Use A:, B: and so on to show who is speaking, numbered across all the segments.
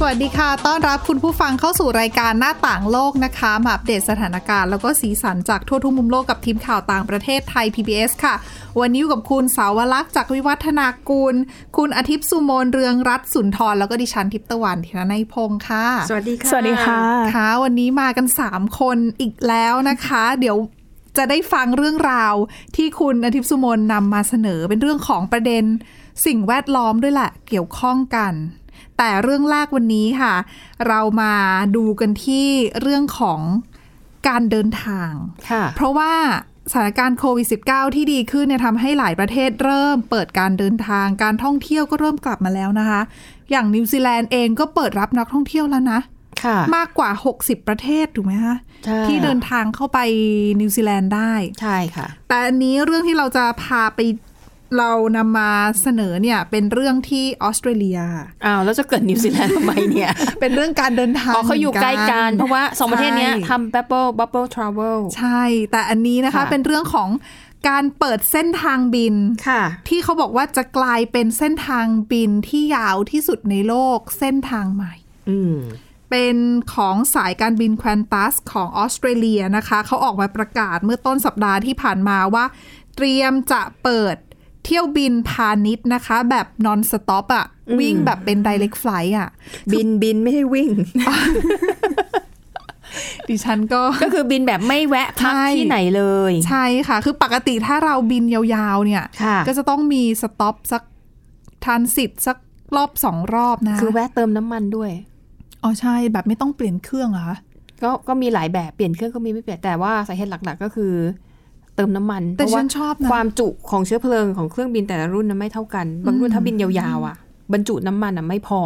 A: สวัสดีค่ะ ต้อนรับคุณผู้ฟังเข้าสู่รายการหน้าต่างโลกนะคะ มาอัปเดตสถานการณ์แล้วก็สีสันจากทั่วทุกมุมโลกกับทีมข่าวต่างประเทศไทย PBS ค่ะ วันนี้อยู่กับคุณสาวลักษณ์จากวิวัฒนากูล คุณอาทิตย์สุโมนเรืองรัตน์สุนทร แล้วก็ดิฉันทิพย์ตะวันธีรนัยพงค์ค่ะ
B: สวัสดีค่ะ
C: สวัสดีค่ะ
A: ค่ะวันนี้มากัน 3 คนอีกแล้วนะคะ เดี๋ยวจะได้ฟังเรื่องราวที่คุณอาทิตย์สุมนต์นำมาเสนอเป็นเรื่องของประเด็นสิ่งแวดล้อมด้วยแหละเกี่ยวข้องกัน แต่เรื่องแรกวันนี้ค่ะ เรามาดูกันที่เรื่องของการเดินทาง
B: ค่ะ
A: เพราะว่าสถานการณ์โควิด -19 ที่ดีขึ้นเนี่ยทำให้หลายประเทศเริ่มเปิดการเดินทาง การท่องเที่ยวก็เริ่มกลับมาแล้วนะคะ อย่างนิวซีแลนด์เองก็เปิดรับนักท่องเที่ยวแล้วนะ
B: ค่ะ
A: มากกว่า 60 ประเทศ ถูกไหมคะ
B: ใช่
A: ที่เดินทางเข้าไปนิวซีแลนด์ได้
B: ใช่ค่ะ
A: แต่อันนี้เรื่องที่เราจะพาไปเรานำมาเสนอเนี่ย เป็นเรื่องที่ออสเตรเลีย
B: อ้าวแล้วจะเกิดนิวซีแลนด์ทำไมเนี่ย
A: เป็นเรื่องการเดินทาง
B: อ๋อเขาอยู่ใกล้กัน เพราะว่าสองประเทศเนี้ย
A: ใช่
B: ทำ bubble bubble travel
A: ใช่ แต่อันนี้นะคะ
B: ค่ะ
A: เป็นเรื่องของการเปิดเส้นทางบิน
B: ค่ะ
A: ที่เขาบอกว่าจะกลายเป็นเส้นทางบินที่ยาวที่สุดในโลกเส้นทางใหม่
B: อืม
A: เป็นของสายการบินแควนตัสของออสเตรเลียนะคะ เขาออกมาประกาศเมื่อต้นสัปดาห์ที่ผ่านมาว่า เตรียมจะเปิดเที่ยวบินพาณิชย์นะคะ แบบนอนสต็อปอะวิ่งแบบเป็น direct flight อะ
B: บินบินไม่ให้วิ่ง
A: ดิฉันก็
B: ก็คือบินแบบไม่แวะพัก
A: ใช่
B: ที่ไหนเลย
A: ใช่ค่ะ คือปกติถ้าเราบินยาวๆเนี่ย
B: ค่ะ
A: ก็จะต้องมีสต็อปสักทานสิทธิ์สักรอบสองรอบนะ
B: คือแวะเติมน้ำมันด้วย
A: อ๋อใช่แบบไม่ต้องเปลี่ยนเครื่องเหรอคะ
B: ก็ก็มีหลายแบบเปลี่ยนเครื่องก็มีไม่เปลี่ยนแต่ว่าสาเหตุหลักๆ ก็คือ เติมน้ำมัน
A: แต่
B: เพ
A: ฉั
B: ราะว่าน
A: ชอบนะ
B: ความจุของเชื้อเพลิงของเครื่องบินแต่ละรุ่นนะไม่เท่ากัน บางรุ่นถ้าบินยาวๆอ่ะ บรรจุน้ำมันอ่ะไม่พอ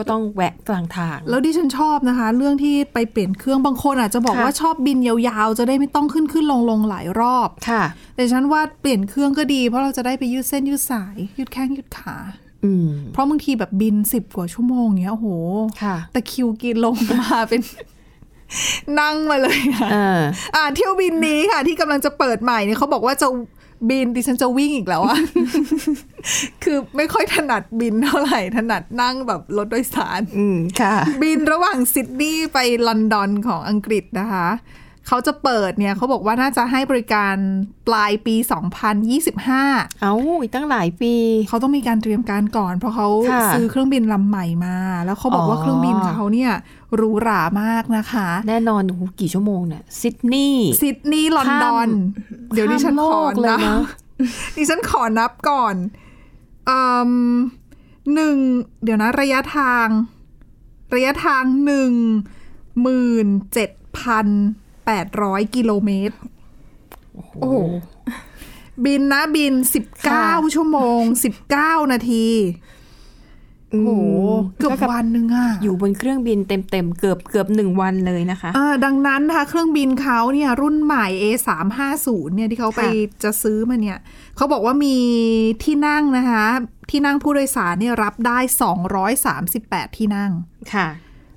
B: ก็ต้องแวะกลางทาง
A: แล้วดิฉันชอบนะคะ เรื่องที่ไปเปลี่ยนเครื่องบางคนอาจจะบอก
B: ค่ะ
A: ว่าชอบบินยาวๆ จะได้ไม่ต้องขึ้นขึ้นลงลงหลายรอบ
B: ค่ะ
A: แต่ฉันว่าเปลี่ยนเครื่องก็ดี เพราะเราจะได้ไปยืดเส้นยืดสาย ยืดแข้งยืดขา
B: อืม
A: เพราะบางทีแบบบินสิบกว่าชั่วโมงเงี้ยโอ้โห
B: ค่ะ
A: แต่คิวกินลงมาเป็น นั่งมาเลยค่ะ
B: เออ
A: อ่าเที่ยวบินนี้ค่ะ ที่กำลังจะเปิดใหม่เนี่ยเขาบอกว่าจะบินดิฉันจะวิ่งอีกแล้วอะ คือไม่ค่อยถนัดบินเท่าไหร่ถนัดนั่งแบบรถโดยสาร
B: อืม ค่ะ
A: บินระหว่างซิดนีย์ไปลอนดอนของอังกฤษนะคะ เขาจะเปิดเนี่ยเขาบอกว่าน่าจะให้บริการปลายปี 2025
B: เอาอีกตั้งหลายปี
A: เขาต้องมีการเตรียมการก่อน เพราะเขา
B: ค่ะ
A: ซื้อเครื่องบินลำใหม่มา แล้วเขาบอกว่า
B: อ๋อ
A: เครื่องบินเขาเนี่ยหรูหรามากนะคะ
B: แน่นอนโอ้โหกี่ชั่วโมงเนี่ยซิดนีย์
A: ซิดนีย์ลอนดอน
B: ข้
A: เดี๋ยวดิฉัน
B: ข้า
A: ขอ
B: มโลกเลย
A: นับ
B: นะ
A: ดิฉันขอนับก่อนอืมหนึ่งเดี๋ยวนะระยะทาง ระยะทางหนึ่งหมื่นเจ็ดพันแปดร้อยกิโลเมตร
B: โอ้โห
A: บินนะบินสิบ
B: ค่ะ
A: เก้าชั่วโมงสิบเก้านาที
B: โอ้
A: โอ้
B: โห
A: โหเกือบวันหนึงอะ
B: อยู่บนเครื่องบินเต็มๆ เกือบเกือบหนึ่งวันเลยนะคะ
A: อ่าดังนั้นนะคะเครื่องบินเขาเนี่ยรุ่นใหม่ A 3 5 0เนี่ยที่เขาไป
B: ค่ะ
A: จะซื้อมาเนี่ย เขาบอกว่ามีที่นั่งนะคะ ที่นั่งผู้โดยสารเนี่ยรับได้ 238 ที่นั่ง
B: ค่ะ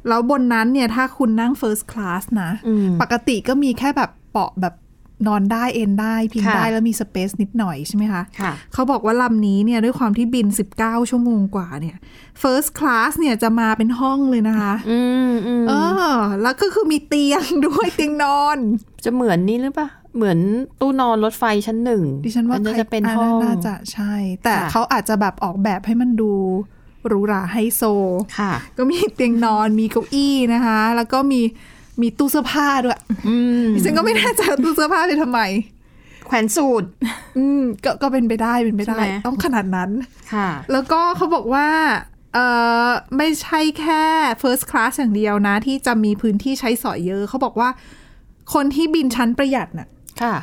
A: แล้วบนนั้นเนี่ยถ้าคุณนั่ง First Class นะ
B: อืม
A: ปกติก็มีแค่แบบเปาะแบบนอนได้เอนได้พิง
B: ค่ะ
A: ได้แล้วมีสเปซนิดหน่อยใช่ไหมคะ
B: ค่ะ
A: เขาบอกว่าลำนี้เนี่ยด้วยความที่บิน 19 ชั่วโมงกว่าเนี่ย First Class เนี่ยจะมาเป็นห้องเลยนะคะ
B: อืมอืม
A: เออ แล้วก็คือมีเตียง ด้วยเตียงนอน
B: จะเหมือนนี่หรือเปะเหมือนตู้นอนรถไฟชั้นหนึ่ง
A: ดิฉันว่า
B: อั
A: ใคร
B: จะเป็นห้อง
A: น่าจะใช่ แต่
B: ค่ะ
A: เขาอาจจะแบบออกแบบให้มันดูหรูหราไฮโซ
B: ค่ะ
A: ก็มีเตียงนอนมีเก้าอี้นะคะ แล้วก็มีมีตู้เสื้อผ้าด้วย
B: อืม
A: ดิฉันก็ไม่แน่ใจว่าตู้เสื้อผ้าไปทำไม
B: แขวนสูตร
A: อืมก็ก็เป็นไปได้เป็นไปได้
B: ใช่ไหม
A: ต้องขนาดนั้น
B: ค่ะ
A: แล้วก็เขาบอกว่าเออไม่ใช่แค่ first class อย่างเดียวนะ ที่จะมีพื้นที่ใช้สอยเยอะ เขาบอกว่า คนที่บินชั้นประหยัดน่ะ
B: ค่ะ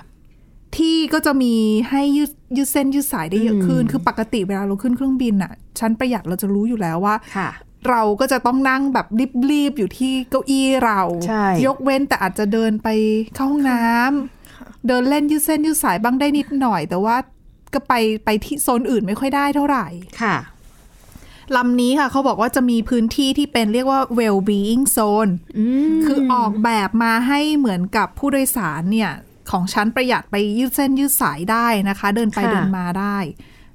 A: ที่ก็จะมีให้ยืดยืดเส้นยืดสายได้เยอะขึ้น
B: อืม
A: คือปกติเวลาเราขึ้นเครื่องบินน่ะ ชั้นประหยัดเราจะรู้อยู่แล้วว่า
B: ค่ะ
A: เราก็จะต้องนั่งแบบรีบๆ อยู่ที่เก้าอี้เรา
B: ใช่
A: ยกเว้นแต่อาจจะเดินไปเข้าห้องน้ำเดินเล่นยืดเส้นยืดสายบ้างได้นิดหน่อย แต่ว่าก็ไปไปที่โซนอื่นไม่ค่อยได้เท่าไหร่
B: ค่ะ
A: ลำนี้ค่ะเขาบอกว่าจะมีพื้นที่ที่เป็นเรียกว่า well-being zone คือออกแบบมาให้เหมือนกับผู้โดยสารเนี่ย ของชั้นประหยัดไปยืดเส้นยืดสายได้นะคะ เดินไป
B: ค่ะ
A: เดินมาได้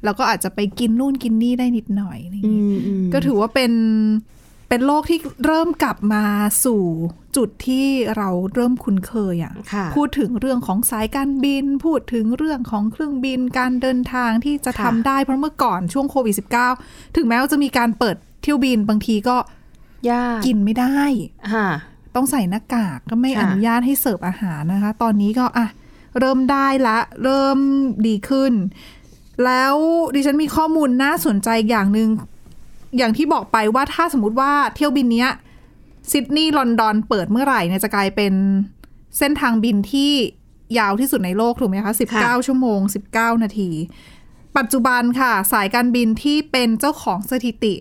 A: แล้วก็อาจจะไปกินนู่นกินนี่ได้นิดหน่อยอะไรอย่างงี้ ก็ถือว่าเป็นเป็นโลกที่เริ่มกลับมาสู่จุดที่เราเริ่มคุ้นเคยอะ
B: ค่ะ
A: พูดถึงเรื่องของสายการบิน พูดถึงเรื่องของเครื่องบินการเดินทางที่จะทำ
B: ค่ะ
A: ได้เพราะเมื่อก่อนช่วงโควิด -19 ถึงแม้ว่าจะมีการเปิดเที่ยวบินบางทีก็
B: ยาก
A: กินไม่ได้
B: ค่ะ
A: ต้องใส่หน้ากากก็ไม่
B: ค่ะ
A: อนุญาตให้เสิร์ฟอาหารนะคะ ตอนนี้ก็อ่ะเริ่มได้ละ เริ่มดีขึ้น แล้วดิฉันมีข้อมูลน่าสนใจอย่างหนึ่งอย่างที่บอกไปว่าถ้าสมมติว่าเที่ยวบินเนี้ยซิดนีย์ลอนดอนเปิดเมื่อไหร่เนี่ยจะกลายเป็นเส้นทางบินที่ยาวที่สุดในโลกถูกไหมคะ 19 ชั่วโมง 19 นาที ปัจจุบันค่ะ สายการบินที่เป็นเจ้าของสถิติ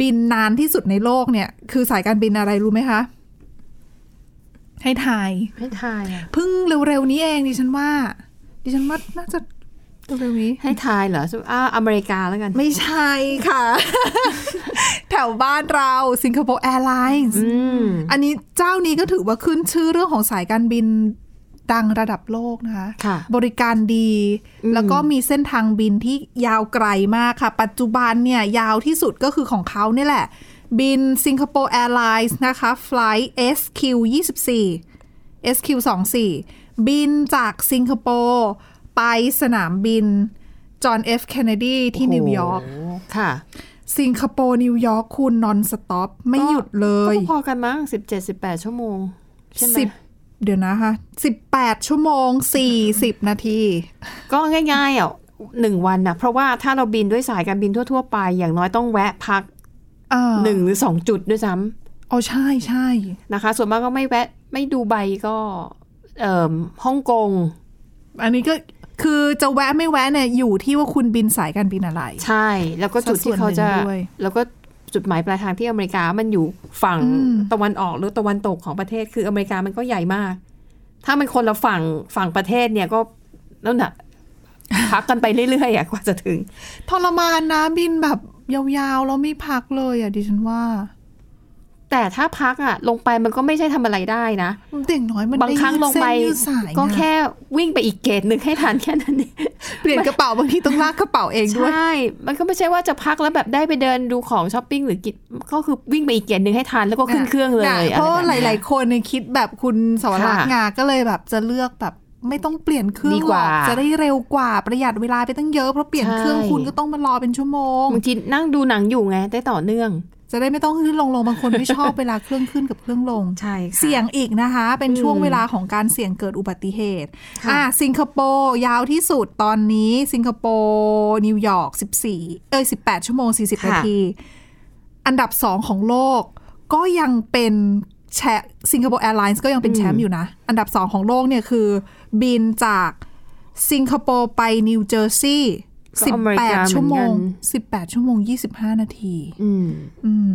A: บินนานที่สุดในโลกเนี่ย คือสายการบินอะไรรู้ไหมคะ ให้ทาย
B: ให้ทายอะ
A: เพิ่งเร็วๆนี้เองดิฉันว่า ดิฉันว่าน่าจะเร็วๆนี้
B: ให้ทายเหรออ่าอเมริกาแล้วกัน
A: ไม่ใช่ค่ะ แถวบ้านเราสิงคโปร์แอร์ไลน์
B: อืม
A: อันนี้เจ้านี้ก็ถือว่าขึ้นชื่อเรื่องของสายการบินดังระดับโลกนะคะ
B: ค่ะ
A: บริการดี
B: อืม
A: แล้วก็มีเส้นทางบินที่ยาวไกลมากค่ะ ปัจจุบันเนี่ยยาวที่สุดก็คือของเขาเนี่ยแหละ บินสิงคโปร์แอร์ไลน์นะคะไฟล์ SQ 24 SQ 24บินจากสิงคโปร์ไปสนามบินจอห์น F. Kennedy ที่นิวยอร์ก
B: โโหค่ะ
A: สิงคโปร์นิวยอร์กคุณนอนสต็อปไม่หยุดเลย
B: ก็พอๆกันมั้งสิบเจ็ดสิบแปดชั่วโมง ใช่ไหม
A: สิบเดี๋ยวนะคะสิบแปดชั่วโมงสี่สิบนาที
B: ก็ง่ายๆอ่ะหนึ่งวันนะเพราะว่าถ้าเราบินด้วยสายการบินทั่ว ๆ ไป อย่างน้อยต้องแวะพัก
A: อ่า
B: หนึ่งหรือสองจุดด้วยซ้ำ
A: อ๋อใช่ใช่
B: นะคะ ส่วนมากก็ไม่แวะไม่ดูใบก็เอ่อฮ่องกง
A: อันนี้ก็คือจะแวะไม่แวะเนี่ยอยู่ที่ว่าคุณบินสายการบินอะไร
B: ใช่ แล้วก็จุดที่เขาจะ
A: สัดส่วนหนึ่งด้วย
B: แล้วก็จุดหมายปลายทางที่อเมริกามันอยู่ฝั่ง
A: อืม
B: ตะวันออกหรือตะวันตกของประเทศคืออเมริกามันก็ใหญ่มาก ถ้ามันคนละฝั่งฝั่งประเทศเนี่ยก็นั่นน่ะ พักกันไปเรื่อยๆอะกว่าจะถึง
A: ทรมานนะบินแบบยาวๆ แล้วไม่พักเลยอ่ะดิฉันว่า
B: แต่ถ้าพักอ่ะลงไปมันก็ไม่ใช่ทำอะไรได้นะ
A: เด็กน้อยมัน
B: บางครั้งลงไป
A: ด้ยืดเส้นยืดสายนะ
B: ก็แค่วิ่งไปอีกเกตหนึ่งให้ทันแค่นั้นเอง
A: เปลี่ยนกระเป๋าบางทีต้องลากกระเป๋าเอง
B: ใช
A: ด้วย
B: ่ มันก็ไม่ใช่ว่าจะพักแล้วแบบได้ไปเดินดูของช้อปปิ้งหรือกินก็คือวิ่งไปอีกเกตหนึ่งให้ทันแล้วก็ขึ้นเครื่องเลย
A: น่ะ
B: อะไร
A: เพราะว่า
B: แบบ
A: หลา
B: เนี้
A: ย
B: ย
A: ๆ คนเนี่ยคิดแบบคุณสวรักษ์
B: ค่ะ
A: งาก็เลยแบบจะเลือกแบบไม่ต้องเปลี่ยนเครื่อง
B: ดี
A: ห
B: ก
A: ร
B: ว่า
A: อกจะได้เร็วกว่าประหยัดเวลาไปตั้งเยอะเพราะเปลี่ยน
B: ใช่
A: เครื่องคุณก็ต้องมารอเป็นชั่วโมง
B: บางทีนั่งดูหนังอยู่ไงได้ต่อเนื่อง
A: จะได้ไม่ต้องขึ้นลงลงบางคนไม่ชอบ เวลาเครื่องขึ้นกับเครื่องลง
B: ใช่ค่ะ
A: เสี่ยงอีกนะคะ เป็น
B: อืม
A: ช่วงเวลาของการเสี่ยงเกิดอุบัติเหตุ
B: ค่ะ
A: อ่ะสิงคโปร์ยาวที่สุดตอนนี้ สิงคโปร์นิวยอร์ก14 เอ้ย18 ชั่วโมง 40 นาที อันดับ 2 ของโลก ก็ยังเป็นแชร์สิงคโปร์แอร์ไลน์ก็ยังเป็นแชมป์อยู่นะ อันดับ 2 ของโลกเนี่ยคือบินจากสิงคโปร์ไปนิวเจอร์ซีย์
B: ก็อเมริกา
A: 18
B: เหมือนกัน
A: ชั่วโมง 18 ชั่วโมง 25 นาที
B: อืม
A: อืม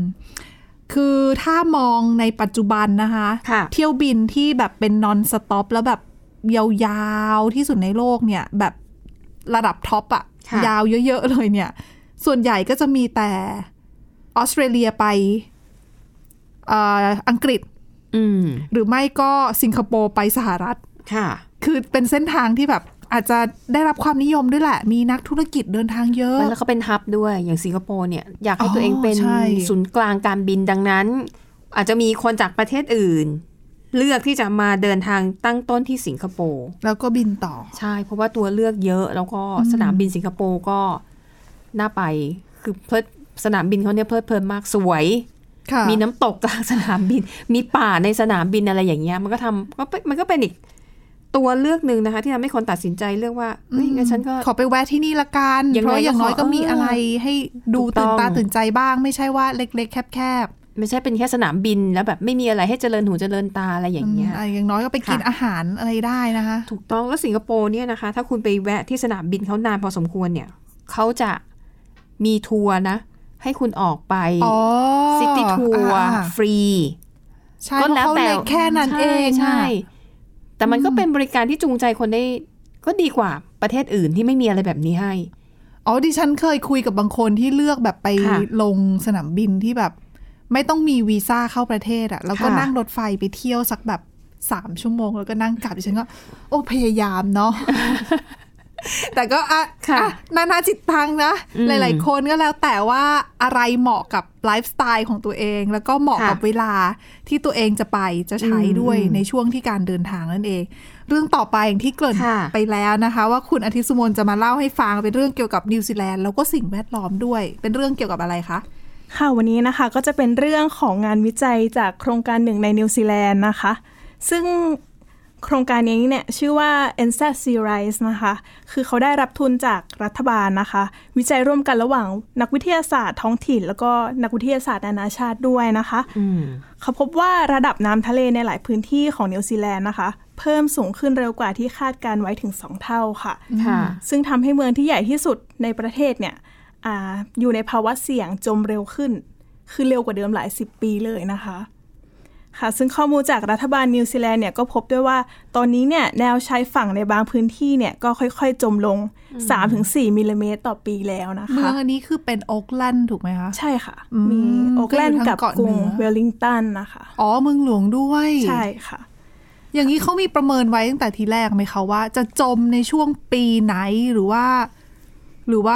A: คือถ้ามองในปัจจุบันนะคะ
B: ค่ะ
A: เที่ยวบินที่แบบเป็นนอนสต็อปแล้วแบบยาวๆที่สุดในโลกเนี่ย แบบระดับท็อปอะ
B: ค่ะ
A: ยาวเยอะๆเลยเนี่ย ส่วนใหญ่ก็จะมีแต่ออสเตรเลียไปเอ่ออังกฤษ
B: อืม
A: หรือไม่ก็สิงคโปร์ไปสหรัฐ
B: ค่ะ
A: คือเป็นเส้นทางที่แบบอาจจะได้รับความนิยมด้วยแหละ มีนักธุรกิจเดินทางเยอะ
B: แล้วเขาเป็นฮับด้วยอย่างสิงคโปร์เนี่ยอยากให้ตัวเองเป็น
A: อ๋อใช่
B: ศูนย์กลางการบินดังนั้น อาจจะมีคนจากประเทศอื่น เลือกที่จะมาเดินทางตั้งต้นที่สิงคโปร์
A: แล้วก็บินต่อ
B: ใช่ เพราะว่าตัวเลือกเยอะแล้วก็สนามบินสิงคโปร์ก็น่าไป คือเพลิดสนามบินเขาเนี่ยเพลิดเพลินมากสวย
A: ค่ะ
B: มีน้ำตกกลางสนามบิน มีป่าในสนามบินอะไรอย่างเงี้ย มันก็ทำก็เป็นมันก็เป็นอีกตัวเลือกหนึ่งนะคะ ที่ทำให้คนตัดสินใจเลือกว่าเฮ้ยงั้นฉันก็
A: ขอไปแวะที่นี่ละกัน
B: ยัง
A: เพ
B: ไง
A: ราะอย่างน้อย
B: ก็
A: ก็
B: ขอ
A: มีอะไรให้ดู
B: ถูกต้
A: ตื่
B: อนง
A: ตาตื่นใจบ้าง ไม่ใช่ว่าเล็กๆ แคบ
B: ไม่ใช่เป็นแค่สนามบินแล้วแบบไม่มีอะไรให้เจริญหูเจริญตาอะไร
A: ๆ
B: อย่างเงี้ย
A: อืมะอย่างน้อยก็ไปกิน
B: ค่ะ
A: อาหารอะไรได้นะคะ
B: ถูกต้องแล้วสิงคโปร์เนี่ยนะคะ ถ้าคุณไปแวะที่สนามบินเขานานพอสมควรเนี่ยเขาจะมีทัวร์นะ ให้คุณออกไป
A: อ๋อ
B: ซิตี้ทัวร์
A: อ่า
B: ฟรี
A: ใช่เพราะเขาเล็กแค่นั้นเอง
B: ใช่
A: อะ
B: ใช่ แต่มันก็
A: อืม
B: เป็นบริการที่จูงใจคนได้ก็ดีกว่าประเทศอื่นที่ไม่มีอะไรแบบนี้ให้
A: อ๋อดิฉันเคยคุยกับบางคนที่เลือกแบบไป
B: ค่ะ
A: ลงสนามบินที่แบบ ไม่ต้องมีวีซ่าเข้าประเทศอะแล้วก็
B: ค่ะ
A: นั่งรถไฟไปเที่ยวสักแบบสามชั่วโมง แล้วก็นั่งกลับดิฉันก็ โอ้พยายาม เนาะ แต่ก็อ่ะ
B: ค่ะ
A: อ่ะนานาจิตตังนะ
B: อืม
A: หลาย ๆ คนก็แล้วแต่ว่าอะไรเหมาะกับไลฟ์สไตล์ของตัวเอง แล้วก็เหมาะกับ
B: ค่ะ
A: เวลาที่ตัวเองจะไปจะใช้
B: อืม
A: ด้วย
B: อืม
A: ในช่วงที่การเดินทางนั่นเอง เรื่องต่อไปอย่างที่เกริ่น
B: ค่ะ
A: ไปแล้วนะคะ ว่าคุณอาทิตย์สุมนจะมาเล่าให้ฟังเป็นเรื่องเกี่ยวกับนิวซีแลนด์แล้วก็สิ่งแวดล้อมด้วย เป็นเรื่องเกี่ยวกับอะไรคะ
C: ค่ะวันนี้นะคะก็จะเป็นเรื่องของงานวิจัยจากโครงการหนึ่งในนิวซีแลนด์นะคะ ซึ่งโครงการนี้เนี่ยชื่อว่า n s a t s e r i s e นะคะ คือเขาได้รับทุนจากรัฐบาลนะคะ วิจัยร่วมกันระหว่างนักวิทยาศาสตร์ท้องถิ่น แล้วก็นักวิทยาศาสตร์นานาชาติด้วยนะคะ
B: อืม
C: เขาพบว่าระดับน้ำทะเลในหลายพื้นที่ของนิวซีแลนด์นะคะ เพิ่มสูงขึ้นเร็วกว่าที่คาดการไว้ถึง 2 เท่าค่ะ
B: ค่ะ
C: ซึ่งทำให้เมืองที่ใหญ่ที่สุดในประเทศเนี่ยอาอยู่ในภาวะเสี่ยงจมเร็วขึ้น คือเร็วกว่าเดิมหลาย 10 ปีเลยนะคะ ค่ะ ซึ่งข้อมูลจากรัฐบาลนิวซีแลนด์เนี่ยก็พบด้วยว่า ตอนนี้เนี่ยแนวชายฝั่งในบางพื้นที่เนี่ยก็ค่อยๆ จมลง 3-4มิลลิเมตรต่อปีแล้วนะคะ
A: เมืองอันนี้คือเป็นโอ๊กแลนด์ถูกไหมคะ
C: ใช่ค่ะ
A: อืม
C: มีโอเกแลนด์กับ
A: ก็อยู่ทางเกาะ
C: กรุง
A: เหนือ
C: เวลลิงตันนะคะ
A: อ๋อเมืองหลวงด้วย
C: ใช่ค่ะ
A: อย่างนี้เขามีประเมินไว้ตั้งแต่ทีแรกไหมคะว่า จะจมในช่วงปีไหนหรือว่า หรือว่า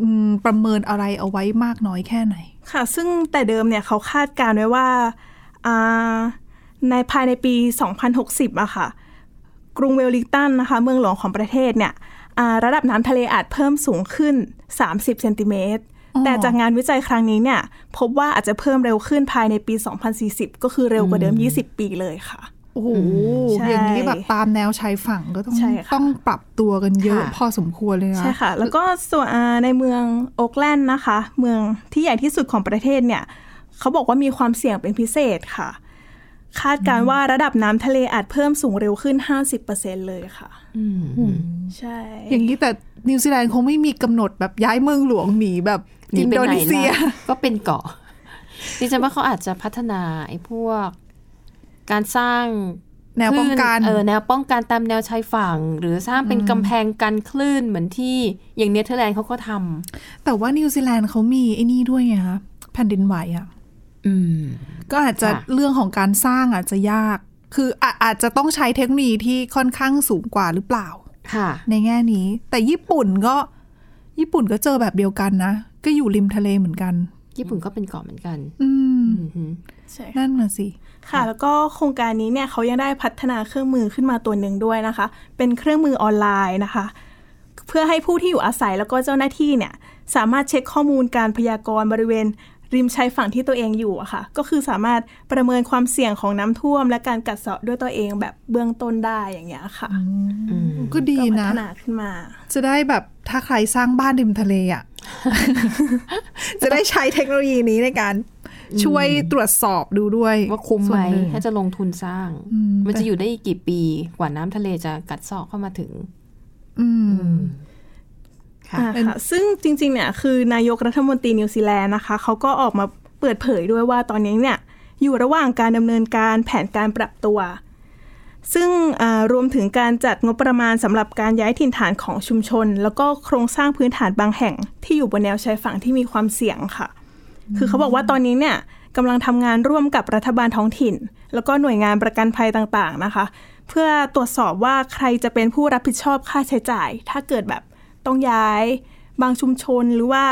A: อืมประเมินอะไรเอาไว้มากน้อยแค่ไหน
C: ค่ะ ซึ่งแต่เดิมเนี่ยเขาคาดการณ์ไว้ว่าอ่าในภายในปี 2060อะค่ะ กรุงเวลลิงตันนะคะ เมืองหลวงของประเทศเนี่ยอ่าระดับน้ำทะเลอาจเพิ่มสูงขึ้น 30 เซนติเมตร
A: อ๋อ
C: แต่จากงานวิจัยครั้งนี้เนี่ยพบว่าอาจจะเพิ่มเร็วขึ้นภายในปี 2040 ก็คือเร็วกว่าเดิม 20 ปีเลยค่ะ
A: โอ้โห
C: ใช่
A: อย่างนี้แบบตามแนวชายฝั่งก็ต้อง
C: ใช่ค่ะ
A: ต้องปรับตัวกันเยอะ
C: ค่ะ
A: พอสมควรเลยนะ
C: ใช่ค่ะ แล้วก็ส่วนอ่าในเมืองโอ๊กแลนด์นะคะ เมืองที่ใหญ่ที่สุดของประเทศเนี่ย เขาบอกว่ามีความเสี่ยงเป็นพิเศษค่ะ คาดการณ์ว่าระดับน้ำทะเลอาจเพิ่มสูงเร็วขึ้น 50%เลยค่ะ
B: อืม
C: ใช่
A: อย่างนี้แต่นิวซีแลนด์คงไม่มีกำหนดแบบย้ายเมืองหลวงหนีแบบ
B: หนี
A: อิน
B: ไป
A: โด
B: ไหน
A: นีเซีย
B: ล่ะก็เป็นเกาะดิฉันว่าเขาอาจจะพัฒนาไอ้พวก การสร้าง
A: แนวป้องกัน
B: คลื่เออแนวป้องกันตามแนวชายฝั่ง หรือสร้างเป็นกำแพงกันคลื่นเหมือนที่อย่างเนเธอร์แลนด์เขาก็ท
A: แต่ว่านิวซีแลนด์เขามีไอ้นี่ด้วยไงคะแผ่นดินไหวอะ
B: ำอืม
A: ก็อาจจะ
B: ค่ะ
A: เรื่องของการสร้างอาจจะยาก คืออาอาจจะต้องใช้เทคโนโลยีที่ค่อนข้างสูงกว่าหรือเปล่า
B: ค่ะ
A: ในแง่นี้ แต่ญี่ปุ่นก็ ญี่ปุ่นก็เจอแบบเดียวกันนะ ก็อยู่ริมทะเลเหมือนกัน
B: ญี่ปุ่นก็เป็นเกาะเหมือนกัน
A: อืม
B: อือหือ
C: ใช่
A: นั่นน่ะสิ
C: ค่ะ แล้วก็โครงการนี้เนี่ยเขายังได้พัฒนาเครื่องมือขึ้นมาตัวหนึ่งด้วยนะคะ เป็นเครื่องมือออนไลน์นะคะ เพื่อให้ผู้ที่อยู่อาศัยแล้วก็เจ้าหน้าที่เนี่ยสามารถเช็คข้อมูลการพยากรณ์บริเวณ ริมชายฝั่งที่ตัวเองอยู่อะค่ะ ก็คือสามารถประเมินความเสี่ยงของน้ำท่วม และการกัดเซาะด้วยตัวเองแบบเบื้องต้นได้อย่างเงี้ยค่ะ
A: ก็ดี
C: ก็พั
A: นะ
C: ฒนาขึ้นมา
A: จะได้แบบถ้าใครสร้างบ้านริมทะเลอ่ะ จะได้ใช้เทคโนโลยีนี้ในการช่วยตรวจสอบดูด้วย
B: ว่าคุ้มไห
A: ส่
B: ม
A: วนนึ่ง
B: ถ้าจะลงทุนสร้าง
A: อืม
B: มันจะอยู่ได้อีกกี่ปีกว่าน้ำทะเลจะกัดเซาะเข้ามาถึง
A: อืม
B: ค่ะ
C: อ่าค่ะซึ่งจริงๆ เนี่ยคือนายกรัฐมนตรีนิวซีแลนด์นะคะเขาก็ออกมาเปิดเผยด้วยว่าตอนนี้เนี่ยอยู่ระหว่างการดำเนินการแผนการปรับตัว ซึ่งอ่ารวมถึงการจัดงบประมาณสำหรับการย้ายถิ่นฐานของชุมชน แล้วก็โครงสร้างพื้นฐานบางแห่งที่อยู่บนแนวชายฝั่งที่มีความเสี่ยงค่ะ คือเขาบอกว่าตอนนี้เนี่ยกำลังทำงานร่วมกับรัฐบาลท้องถิ่น แล้วก็หน่วยงานประกันภัยต่างๆนะคะ เพื่อตรวจสอบว่าใครจะเป็นผู้รับผิดชอบค่าใช้จ่าย ถ้าเกิดแบบต้องย้ายบางชุมชนหรือว่า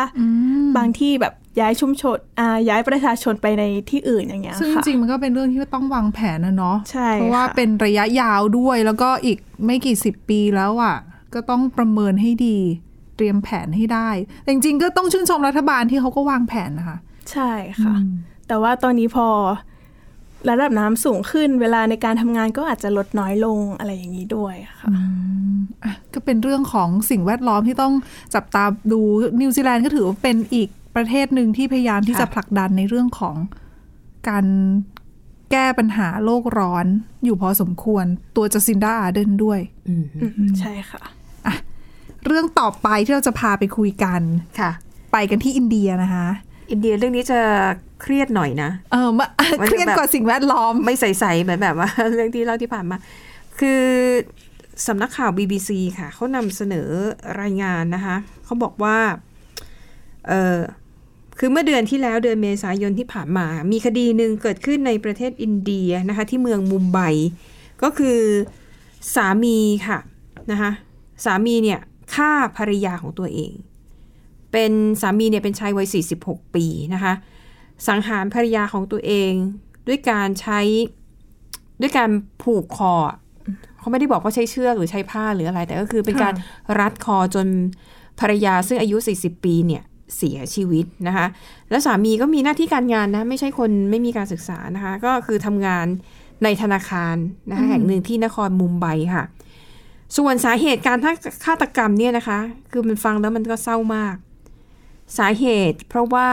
C: บางที่แบบย้ายชุมชนอ่าย้ายประชาชนไปในที่อื่นอย่างเงี้ย
A: ซึ่ง
C: ค่ะ
A: จริงๆมันก็เป็นเรื่องที่ต้องวางแผนนะเนาะ
C: ใช่
A: เพราะว่า
C: ค่ะ
A: เป็นระยะยาวด้วยแล้วก็อีกไม่กี่สิบปีแล้วอะ่ะ ก็ต้องประเมินให้ดี เตรียมแผนให้ได้ แต่จริงๆก็ต้องชื่นชมรัฐบาลที่เขาก็วางแผนนะคะ
C: ใช่ค่ะ แต่ว่าตอนนี้พอระดับน้ำสูงขึ้น เวลาในการทำงานก็อาจจะลดน้อยลงอะไรอย่างนี้ด้วยค่ะ
A: อ่ะก็เป็นเรื่องของสิ่งแวดล้อมที่ต้องจับตาดูนิวซีแลนด์ก็ถือว่าเป็นอีกประเทศหนึ่งที่พยายามที่จะผลักดันในเรื่องของการแก้ปัญหาโลกร้อนอยู่พอสมควร ตัวจัสซินดาอาร์เดนด้วย
B: อืม
C: อืมใช่ค่ะ
A: เรื่องต่อไปที่เราจะพาไปคุยกัน
B: ค่ะ
A: ไปกันที่อินเดียนะคะ
B: อินเดียเรื่องนี้จะเครียดหน่อยนะ
A: เออมา
B: มัน
A: เค
B: จะแบบ
A: รียดกว่าสิ่งแวดล้อม
B: ไม่ใสๆเหมือนแบบว่า เรื่องที่เล่าที่ผ่านมา คือสำนักข่าว BBC ค่ะ เขานำเสนอรายงานนะคะ เขาบอกว่าเออคือเมื่อเดือนที่แล้วเดือนเมษายนที่ผ่านมา มีคดีหนึ่งเกิดขึ้นในประเทศอินเดียนะคะ ที่เมืองมุมไบ ก็คือสามีค่ะนะคะสามีเนี่ยฆ่าภรรยาของตัวเอง เป็นสามีเนี่ยเป็นชายวัย 46 ปีนะคะ สังหารภรรยาของตัวเองด้วยการใช้ด้วยการผูกคออะเขาไม่ได้บอกว่าใช้เชือกหรือใช้ผ้าหรืออะไร แต่ก็คือเป็นการรัดคอจนภรรยาซึ่งอายุ 40 ปีเนี่ยเสียชีวิตนะคะ แล้วสามีก็มีหน้าที่การงานนะ ไม่ใช่คนไม่มีการศึกษานะคะ ก็คือทำงานในธนาคารนะคะแห่งหนึ่งที่นครมุมไบค่ะ ส่วนสาเหตุการฆาตกรรมเนี่ยนะคะ คือมันฟังแล้วมันก็เศร้ามาก สาเหตุเพราะว่า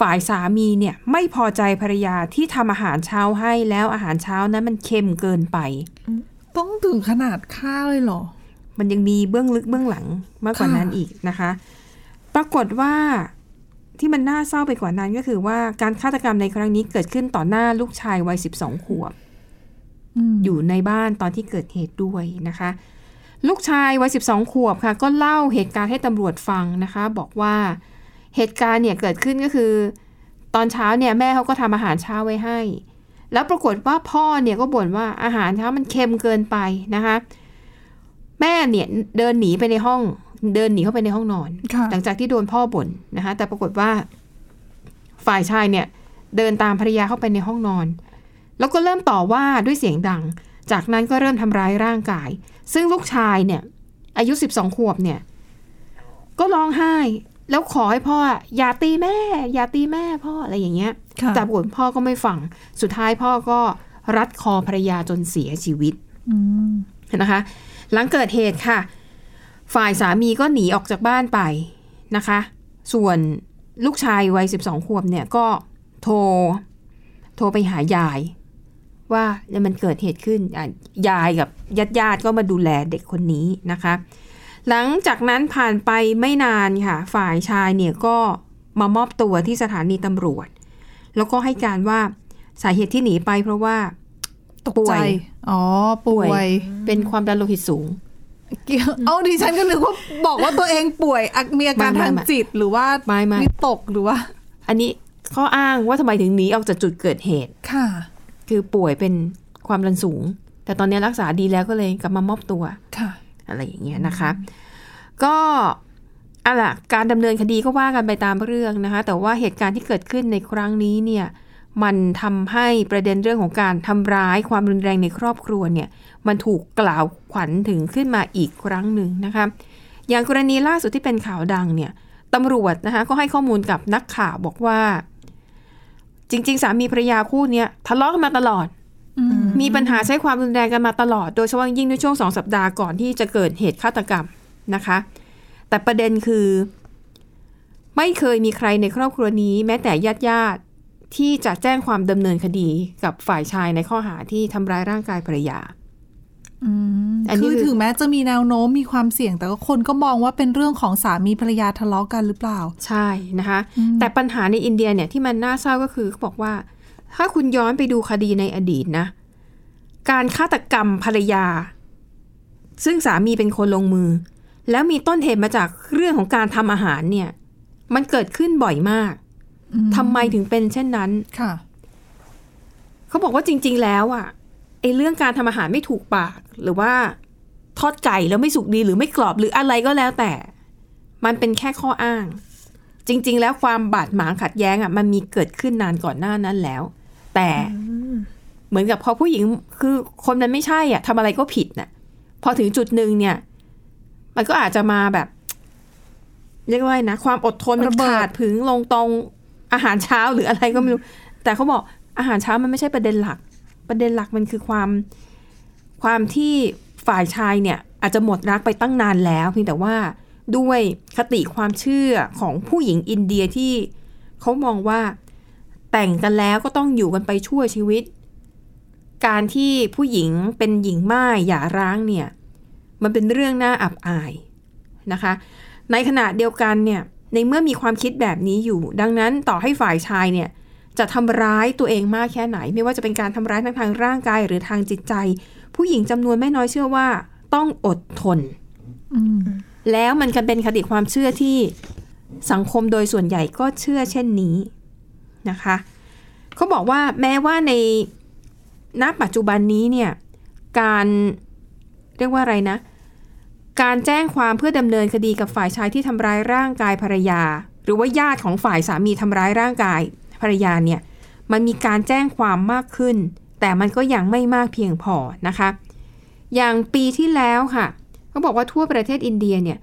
B: ฝ่ายสามีเนี่ยไม่พอใจภรรยาที่ทำอาหารเช้าให้แล้วอาหารเช้านั้นมันเค็มเกินไป
A: ต้องถึงขนาดฆ่าเลยเหรอ
B: มันยังมีเบื้องลึกเบื้องหลังมากกว่า
A: ค่ะ
B: นั้นอีกนะคะ ปรากฏว่าที่มันน่าเศร้าไปกว่านั้นก็คือว่าการฆาตกรรมในครั้งนี้เกิดขึ้นต่อหน้าลูกชายวัย 12 ขวบ
A: อืม
B: อยู่ในบ้านตอนที่เกิดเหตุด้วยนะคะ ลูกชายวัย 12 ขวบค่ะ ก็เล่าเหตุการณ์ให้ตำรวจฟังนะคะ บอกว่าเหตุการณ์เนี่ยเกิดขึ้นก็คือ ตอนเช้าเนี่ยแม่เขาก็ทำอาหารเช้าไว้ให้ แล้วปรากฏว่าพ่อเนี่ยก็บ่นว่าอาหารเช้ามันเค็มเกินไปนะคะ แม่เนี่ยเดินหนีไปในห้อง เดินหนีเข้าไปในห้องนอน
A: ค่ะ
B: หลังจากที่โดนพ่อบ่นนะคะ แต่ปรากฏว่าฝ่ายชายเนี่ย เดินตามภรรยาเข้าไปในห้องนอน แล้วก็เริ่มต่อว่าด้วยเสียงดัง จากนั้นก็เริ่มทำร้ายร่างกาย ซึ่งลูกชายเนี่ย อายุ 12 ขวบเนี่ย ก็ร้องไห้ แล้วขอให้พ่อ อย่าตีแม่ อย่าตีแม่พ่ออะไรอย่างเงี้ย
A: ค่ะ
B: แต่ปรากฏพ่อก็ไม่ฟัง สุดท้ายพ่อก็รัดคอภรรยาจนเสียชีวิต
A: อืม
B: นะคะ หลังเกิดเหตุค่ะ ฝ่ายสามีก็หนีออกจากบ้านไปนะคะ ส่วนลูกชายวัย 12 ขวบเนี่ยก็โทร โทรไปหายาย ว่าเนี่ยมันเกิดเหตุขึ้นอ่ะยายกับญาติญาติๆก็มาดูแลเด็กคนนี้นะคะ หลังจากนั้นผ่านไปไม่นานค่ะ ฝ่ายชายเนี่ยก็มามอบตัวที่สถานีตำรวจ แล้วก็ให้การว่าสาเหตุที่หนีไปเพราะว่า
A: ตกใจ
B: ป่วย
A: อ๋อ ป่วย
B: เป็นความดันโลหิตสูง
A: เกี่ยวเอาดิฉันก็นึกว่าบอกว่าตัวเองป่วยอักมีอาการ
B: ไม่ไม่
A: ทาง
B: ไม่
A: จิตหรือว่า
B: ไม่ไม่
A: วิตกหรือว่า
B: อันนี้ข้ออ้างว่าทำไมถึงหนีออกจากจุดเกิดเหตุ
A: ค่ะ
B: คือป่วยเป็นความดันสูง แต่ตอนนี้รักษาดีแล้วก็เลยกลับมามอบตัว
A: ค่ะ
B: อะไรอย่างเงี้ยนะคะ ก็อะล่ะการดำเนินคดีก็ว่ากันไปตามเรื่องนะคะ แต่ว่าเหตุการณ์ที่เกิดขึ้นในครั้งนี้เนี่ย มันทำให้ประเด็นเรื่องของการทำร้ายความรุนแรงในครอบครัวเนี่ย มันถูกกล่าวขวัญถึงขึ้นมาอีกครั้งหนึ่งนะคะ อย่างกรณีล่าสุดที่เป็นข่าวดังเนี่ยตำรวจนะคะก็ให้ข้อมูลกับนักข่าวบอกว่า จริง ๆ สามีภรรยาคู่เนี้ยทะเลาะกันมาตลอด มีปัญหาใช้ความรุนแรงกันมาตลอด โดยเฉพาะยิ่งในช่วงสองสัปดาห์ก่อนที่จะเกิดเหตุฆาตกรรมนะคะ แต่ประเด็นคือ ไม่เคยมีใครในครอบครัวนี้ แม้แต่ญาติญาติๆที่จะแจ้งความดำเนินคดีกับฝ่ายชายในข้อหาที่ทำร้ายร่างกายภรรยา
A: อืม
B: อันนี้
A: คือ
B: คือ
A: ถึงแม้จะมีแนวโน้มมีความเสี่ยง แต่ก็คนก็มองว่าเป็นเรื่องของสามีภรรยาทะเลาะกันหรือเปล่า
B: ใช่นะคะ
A: อืม
B: แต่ปัญหาในอินเดียเนี่ยที่มันน่าเศร้าก็คือเขาบอกว่า ถ้าคุณย้อนไปดูคดีในอดีตนะ การฆาตกรรมภรรยา ซึ่งสามีเป็นคนลงมือ แล้วมีต้นเหตุมาจากเรื่องของการทำอาหารเนี่ย มันเกิดขึ้นบ่อยมาก
A: อื
B: ทำไมถึงเป็นเช่นนั้น
A: ค่ะ
B: เขาบอกว่าจริง ๆ แล้วอ่ะไอ้เรื่องการทำอาหารไม่ถูกปาก หรือว่าทอดไก่แล้วไม่สุกดีหรือไม่กรอบหรืออะไรก็แล้วแต่ มันเป็นแค่ข้ออ้าง จริง ๆ แล้วความบาดหมางขัดแย้งอ่ะมันมีเกิดขึ้นนานก่อนหน้านั้นแล้ว แต่เหมือนกับพอผู้หญิงคือคนมันไม่ใช่อ่ะทำอะไรก็ผิดน่ะ พอถึงจุดหนึ่งเนี่ย มันก็อาจจะมาแบบ เรียกว่าไงนะ ความอดทนมัน
A: ระเบิด
B: ขาดผึงลงตรงอาหารเช้าหรืออะไรก็ไม่รู้ แต่เขาบอกอาหารเช้ามันไม่ใช่ประเด็นหลัก ประเด็นหลักมันคือความความที่ฝ่ายชายเนี่ย อาจจะหมดรักไปตั้งนานแล้ว เพียงแต่ว่าด้วยคติความเชื่อของผู้หญิงอินเดียที่เขามองว่าแต่งกันแล้วก็ต้องอยู่กันไปชั่วชีวิต การที่ผู้หญิงเป็นหญิงม่ายหย่าร้างเนี่ย มันเป็นเรื่องน่าอับอายนะคะ ในขณะเดียวกันเนี่ย ในเมื่อมีความคิดแบบนี้อยู่ ดังนั้นต่อให้ฝ่ายชายเนี่ย จะทำร้ายตัวเองมากแค่ไหน ไม่ว่าจะเป็นการทำร้ายทั้งทางร่างกายหรือทางจิตใจ ผู้หญิงจำนวนไม่น้อยเชื่อว่า ต้องอดทน
A: อืม
B: แล้วมันก็เป็นคติความเชื่อที่สังคมโดยส่วนใหญ่ก็เชื่อเช่นนี้นะคะเขาบอกว่าแม้ว่าในณปัจจุบันนี้เนี่ยการเรียกว่าอะไรนะ การแจ้งความเพื่อดำเนินคดีกับฝ่ายชายที่ทำร้ายร่างกายภรรยา หรือว่าญาติของฝ่ายสามีทำร้ายร่างกายภรรยาเนี่ยมันมีการแจ้งความมากขึ้น แต่มันก็ยังไม่มากเพียงพอนะคะ อย่างปีที่แล้วค่ะเขาบอกว่าทั่วประเทศอินเดียเนี่ย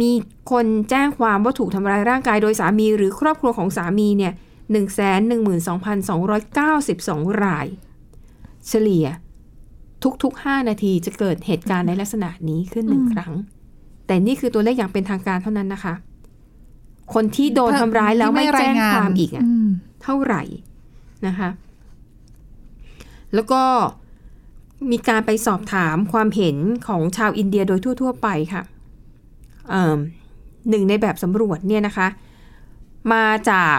B: มีคนแจ้งความว่าถูกทำร้ายร่างกายโดยสามีหรือครอบครัวของสามีเนี่ย112,292 ราย เฉลี่ย ทุกๆ 5 นาทีจะเกิดเหตุการณ์ในลักษณะนี้ขึ้นหนึ่งครั้ง แต่นี่คือตัวเลขอย่างเป็นทางการเท่านั้นนะคะ คนที่โดนทำร้ายแล้วไม่แจ้งความอีกอะ
A: ม
B: เท่าไหร่นะคะ แล้วก็มีการไปสอบถามความเห็นของชาวอินเดียโดยทั่ว ๆ ไปค่ะเอิ่มหนึ่งในแบบสำรวจเนี่ยนะคะ มาจาก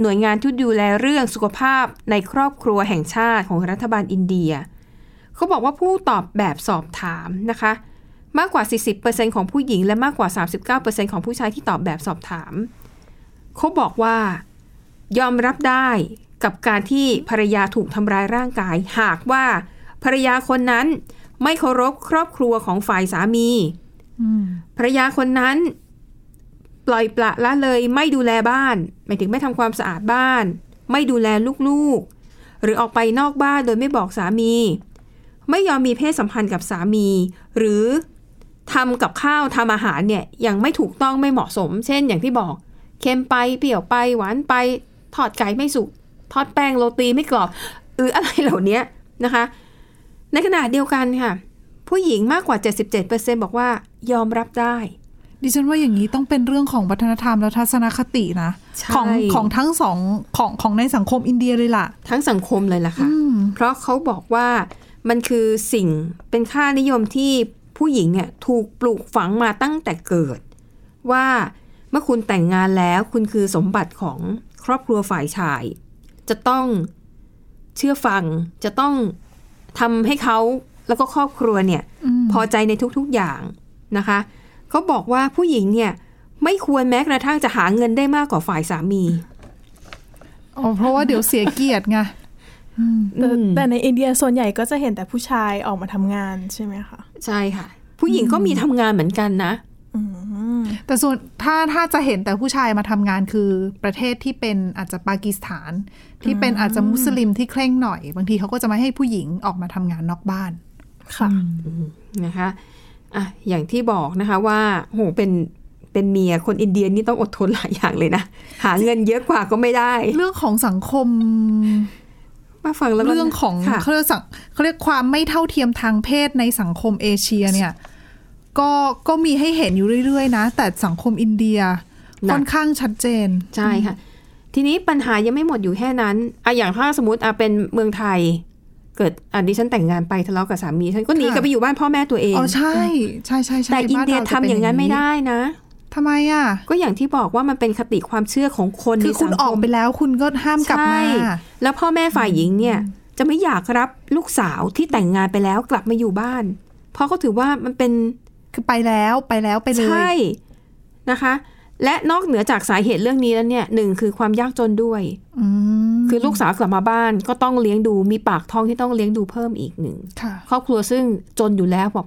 B: หน่วยงานที่ดูแลเรื่องสุขภาพในครอบครัวแห่งชาติของรัฐบาลอินเดีย เขาบอกว่าผู้ตอบแบบสอบถามนะคะ มากกว่า 40%ของผู้หญิง และมากกว่า 39%ของผู้ชายที่ตอบแบบสอบถาม เขาบอกว่า ยอมรับได้กับการที่ภรรยาถูกทำร้ายร่างกาย หากว่าภรรยาคนนั้นไม่เคารพครอบครัวของฝ่ายสามี
A: อืม
B: ภรรยาคนนั้นปล่อยปละละเลยไม่ดูแลบ้านหมายถึงไม่ทำความสะอาดบ้าน ไม่ดูแลลูกๆ หรือออกไปนอกบ้านโดยไม่บอกสามี ไม่ยอมมีเพศสัมพันธ์กับสามี หรือทำกับข้าวทำอาหารเนี่ยยังไม่ถูกต้องไม่เหมาะสม เช่นอย่างที่บอก เค็มไปเปรี้ยวไปหวานไป ทอดไก่ไม่สุกทอดแป้งโรตีไม่กรอบหรืออะไรเหล่านี้นะคะ ในขณะเดียวกันค่ะ ผู้หญิงมากกว่า 77%บอกว่ายอมรับได้
A: ดิฉันว่าอย่างนี้ต้องเป็นเรื่องของวัฒนธรรมและทัศนคตินะ
B: ใช่
A: ของของทั้งสองของของในสังคมอินเดียเลยล่ะ
B: ทั้งสังคมเลยล่ะค่ะ
A: อืม
B: เพราะเขาบอกว่ามันคือสิ่งเป็นค่านิยมที่ผู้หญิงเนี่ยถูกปลูกฝังมาตั้งแต่เกิด ว่าเมื่อคุณแต่งงานแล้วคุณคือสมบัติของครอบครัวฝ่ายชาย จะต้องเชื่อฟัง จะต้องทำให้เขาแล้วก็ครอบครัวเนี่ย
A: อืม
B: พอใจในทุกๆอย่างนะคะเขาบอกว่าผู้หญิงเนี่ยไม่ควรแม้กระทั่งจะหาเงินได้มากกว่าฝ่ายสามี
A: อ๋อเพราะว่าเดี๋ยวเสียเกียรติไงอืม
C: แต่
B: อืม
C: แต่ในอินเดียส่วนใหญ่ก็จะเห็นแต่ผู้ชายออกมาทำงานใช่ไหมคะ
B: ใช่ค่ะ ผู้หญิงก็มีทำงานเหมือนกันนะ
C: อืม
A: แต่ส่วนถ้าถ้าจะเห็นแต่ผู้ชายมาทำงานคือประเทศที่เป็นอาจจะปากีสถาน ที่เป็นอาจจะมุสลิมที่เคร่งหน่อย บางทีเขาก็จะไม่ให้ผู้หญิงออกมาทำงานนอกบ้าน
C: ค่ะ
B: นะคะอ่ะอย่างที่บอกนะคะว่าโหเป็นเป็นเมียคนอินเดียนี่ต้องอดทนหลายอย่างเลยนะ หาเงินเยอะกว่าก็ไม่ได้
A: เรื่องของสังคม
B: มาฟังแล้วมัน
A: เรื่องของ
B: ค่ะ
A: เขาเรียกสังเขาเรียกความไม่เท่าเทียมทางเพศในสังคมเอเชียเนี่ยก็ก็มีให้เห็นอยู่เรื่อยๆนะ แต่สังคมอินเดียค่อนข้างชัดเจน
B: ใช่ค่ะ ทีนี้ปัญหายังไม่หมดอยู่แค่นั้นอ่ะอย่างถ้าสมมติอ่ะเป็นเมืองไทย เกิดอ่ะดิฉันแต่งงานไปทะเลาะกับสามีฉันก็หนี
A: ค่ะ
B: กลับไปอยู่บ้านพ่อแม่ตัวเอง
A: อ๋อใช่ใช่ใช่ใช่
B: แต่อินเดีย
A: บ้ร
B: ทำ
A: จะป็
B: อย่างนั้นไม่ได้นะ
A: ทำไมอ่ะ
B: ก็อย่างที่บอกว่ามันเป็นคติความเชื่อของคน
A: คือ
B: ใน
A: คุ
B: สั
A: ณ
B: ง
A: อ
B: ค
A: อก
B: ม
A: ไปแล้วคุณก็ห้ามกลับมา
B: ใช่แล้วพ่อแม่ฝ่ายหญิงเนี่ยจะไม่อยากรับลูกสาวที่แต่งงานไปแล้วกลับมาอยู่บ้าน เพราะเขาถือว่ามันเป็น
A: คือไปแล้วไปแล้วไปเล
B: ใช่
A: ย
B: นะคะ และนอกเหนือจากสาเหตุเรื่องนี้แล้วเนี่ยหนึ่งคือความยากจนด้วย
A: อืม
B: คือลูกสาวกลับมาบ้านก็ต้องเลี้ยงดูมีปากท้องที่ต้องเลี้ยงดูเพิ่มอีกหนึ่ง
A: ค่ะ
B: ครอบครัวซึ่งจนอยู่แล้วบอก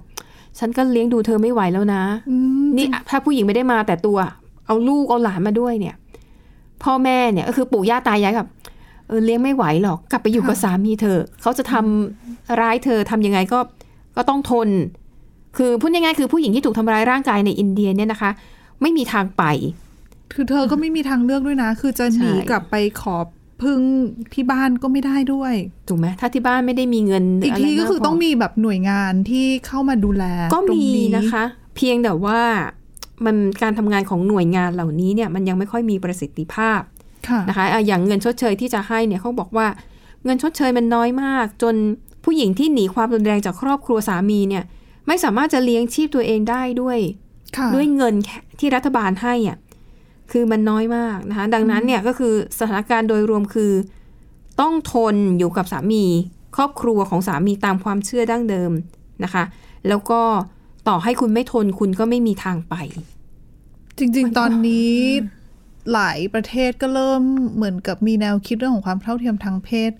B: ฉันก็เลี้ยงดูเธอไม่ไหวแล้วนะ
A: อืม
B: นี่ถ้าผู้หญิงไม่ได้มาแต่ตัว เอาลูกเอาหลานมาด้วยเนี่ย พ่อแม่เนี่ยก็คือปู่ย่าตายายกับเออเลี้ยงไม่ไหวหรอกกลับไปอยู่กับสามีเธอะเขาจะทำร้ายเธอทำยังไงก็ก็ต้องทน คือพูดง่ายๆคือผู้หญิงที่ถูกทำร้ายร่างกายในอินเดียเนี่ยนะคะ ไม่มีทางไป
A: คือเธอก็ไม่มีทางเลือกด้วยนะ คือจะหนี
B: ใช่
A: กลับไปขอพึ่งที่บ้านก็ไม่ได้ด้วย
B: ถูกไหมถ้าที่บ้านไม่ได้มีเงิน
A: อีก
B: ะไร
A: ที
B: มา
A: ก็คือ
B: พ
A: ต้องมีแบบหน่วยงานที่เข้ามาดูแล
B: ก็
A: ตรง
B: มีนะคะ เพียงแต่ว่ามันการทำงานของหน่วยงานเหล่านี้เนี่ยมันยังไม่ค่อยมีประสิทธิภาพ
A: ค่ะ
B: นะคะอ่ะอย่างเงินชดเชยที่จะให้เนี่ยเขาบอกว่าเงินชดเชยมันน้อยมาก จนผู้หญิงที่หนีความรุนแรงจากครอบครัวสามีเนี่ยไม่สามารถจะเลี้ยงชีพตัวเองได้ด้วย
A: ค่ะ
B: ด้วยเงินแค่ที่รัฐบาลให้อ่ะคือมันน้อยมากนะคะดังนั้นเนี่ยก็คือสถานการณ์โดยรวมคือ ต้องทนอยู่กับสามี ครอบครัวของสามีตามความเชื่อดั้งเดิมนะคะ แล้วก็ ต่อให้คุณไม่ทนคุณก็ไม่มีทางไป
A: จริง ๆ ตอนนี้หลายประเทศก็เริ่มเหมือนกับมีแนวคิดเรื่องของความเท่าเทียมทางเพศ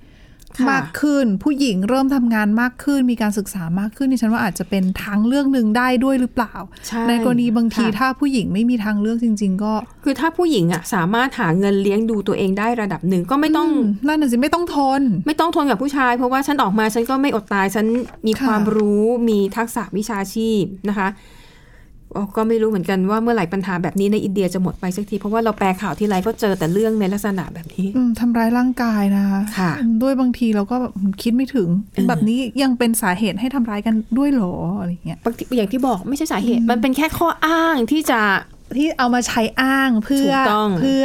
B: ค่ะ
A: มากขึ้นผู้หญิงเริ่มทำงานมากขึ้น มีการศึกษามากขึ้นดิฉันว่าอาจจะเป็นทางเลือกหนึ่งได้ด้วยหรือเปล่า
B: ช่
A: ในกรณีบางทีถ้าผู้หญิงไม่มีทางเลือกจริง ๆ ก็
B: คือถ้าผู้หญิงอะสามารถหาเงินเลี้ยงดูตัวเองได้ระดับหนึ่งก็ไม่ต้อง
A: มนั่นน่ะสิไม่ต้องทน
B: ไม่ต้องทนกับผู้ชาย เพราะว่าฉันออกมาฉันก็ไม่อดตายฉันมี
A: ค่ะ
B: ความรู้มีทักษะวิชาชีพนะคะโอ้ก็ไม่รู้เหมือนกันว่าเมื่อไหร่ปัญหาแบบนี้ในอินเดียจะหมดไปสักที เพราะว่าเราแปลข่าวที่ไรก็เจอแต่เรื่องในลักษณะแบบนี้
A: อืมทำร้ายร่างกายนะคะ
B: ค่ะ
A: ด้วยบางทีเราก็แบบคิดไม่ถึง แบบนี้ยังเป็นสาเหตุให้ทำร้ายกันด้วยเหรออะไรเงี้ย
B: บางทีอย่างที่บอกไม่ใช่สาเหตุ มันเป็นแค่ข้ออ้างที่จะ
A: ที่เอามาใช้อ้างเพื่
B: ถูกต้อง
A: เพื่อ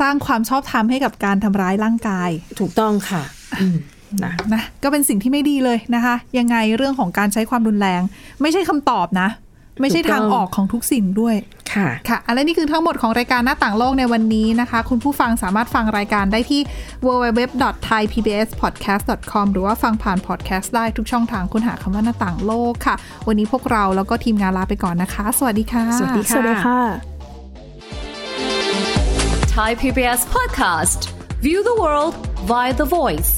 A: สร้างความชอบธรรมให้กับการทำร้ายร่างกาย
B: ถูกต้องค่ะอืมนะ
A: นะก็เป็นสิ่งที่ไม่ดีเลยนะคะ ยังไงเรื่องของการใช้ความรุนแรง ไม่ใช่คำตอบนะ ไม่ใช่
B: ถูกต้
A: ทา
B: อง
A: งออกของทุกสิ่งด้วย
B: ค่ะ
A: ค่ะอ่ะและนี่คือทั้งหมดของรายการหน้าต่างโลกในวันนี้นะคะ คุณผู้ฟังสามารถฟังรายการได้ที่ www.thaipbspodcast.com หรือว่าฟังผ่านพอดแคสต์ได้ทุกช่องทางค้นหาคำว่าหน้าต่างโลกค่ะ วันนี้พวกเราแล้วก็ทีมงานลาไปก่อนนะคะ สวัสดีค่ะ
B: สวัสดี
C: สวัสดีค่ะ
D: Thai PBS podcast. View the world via the voice.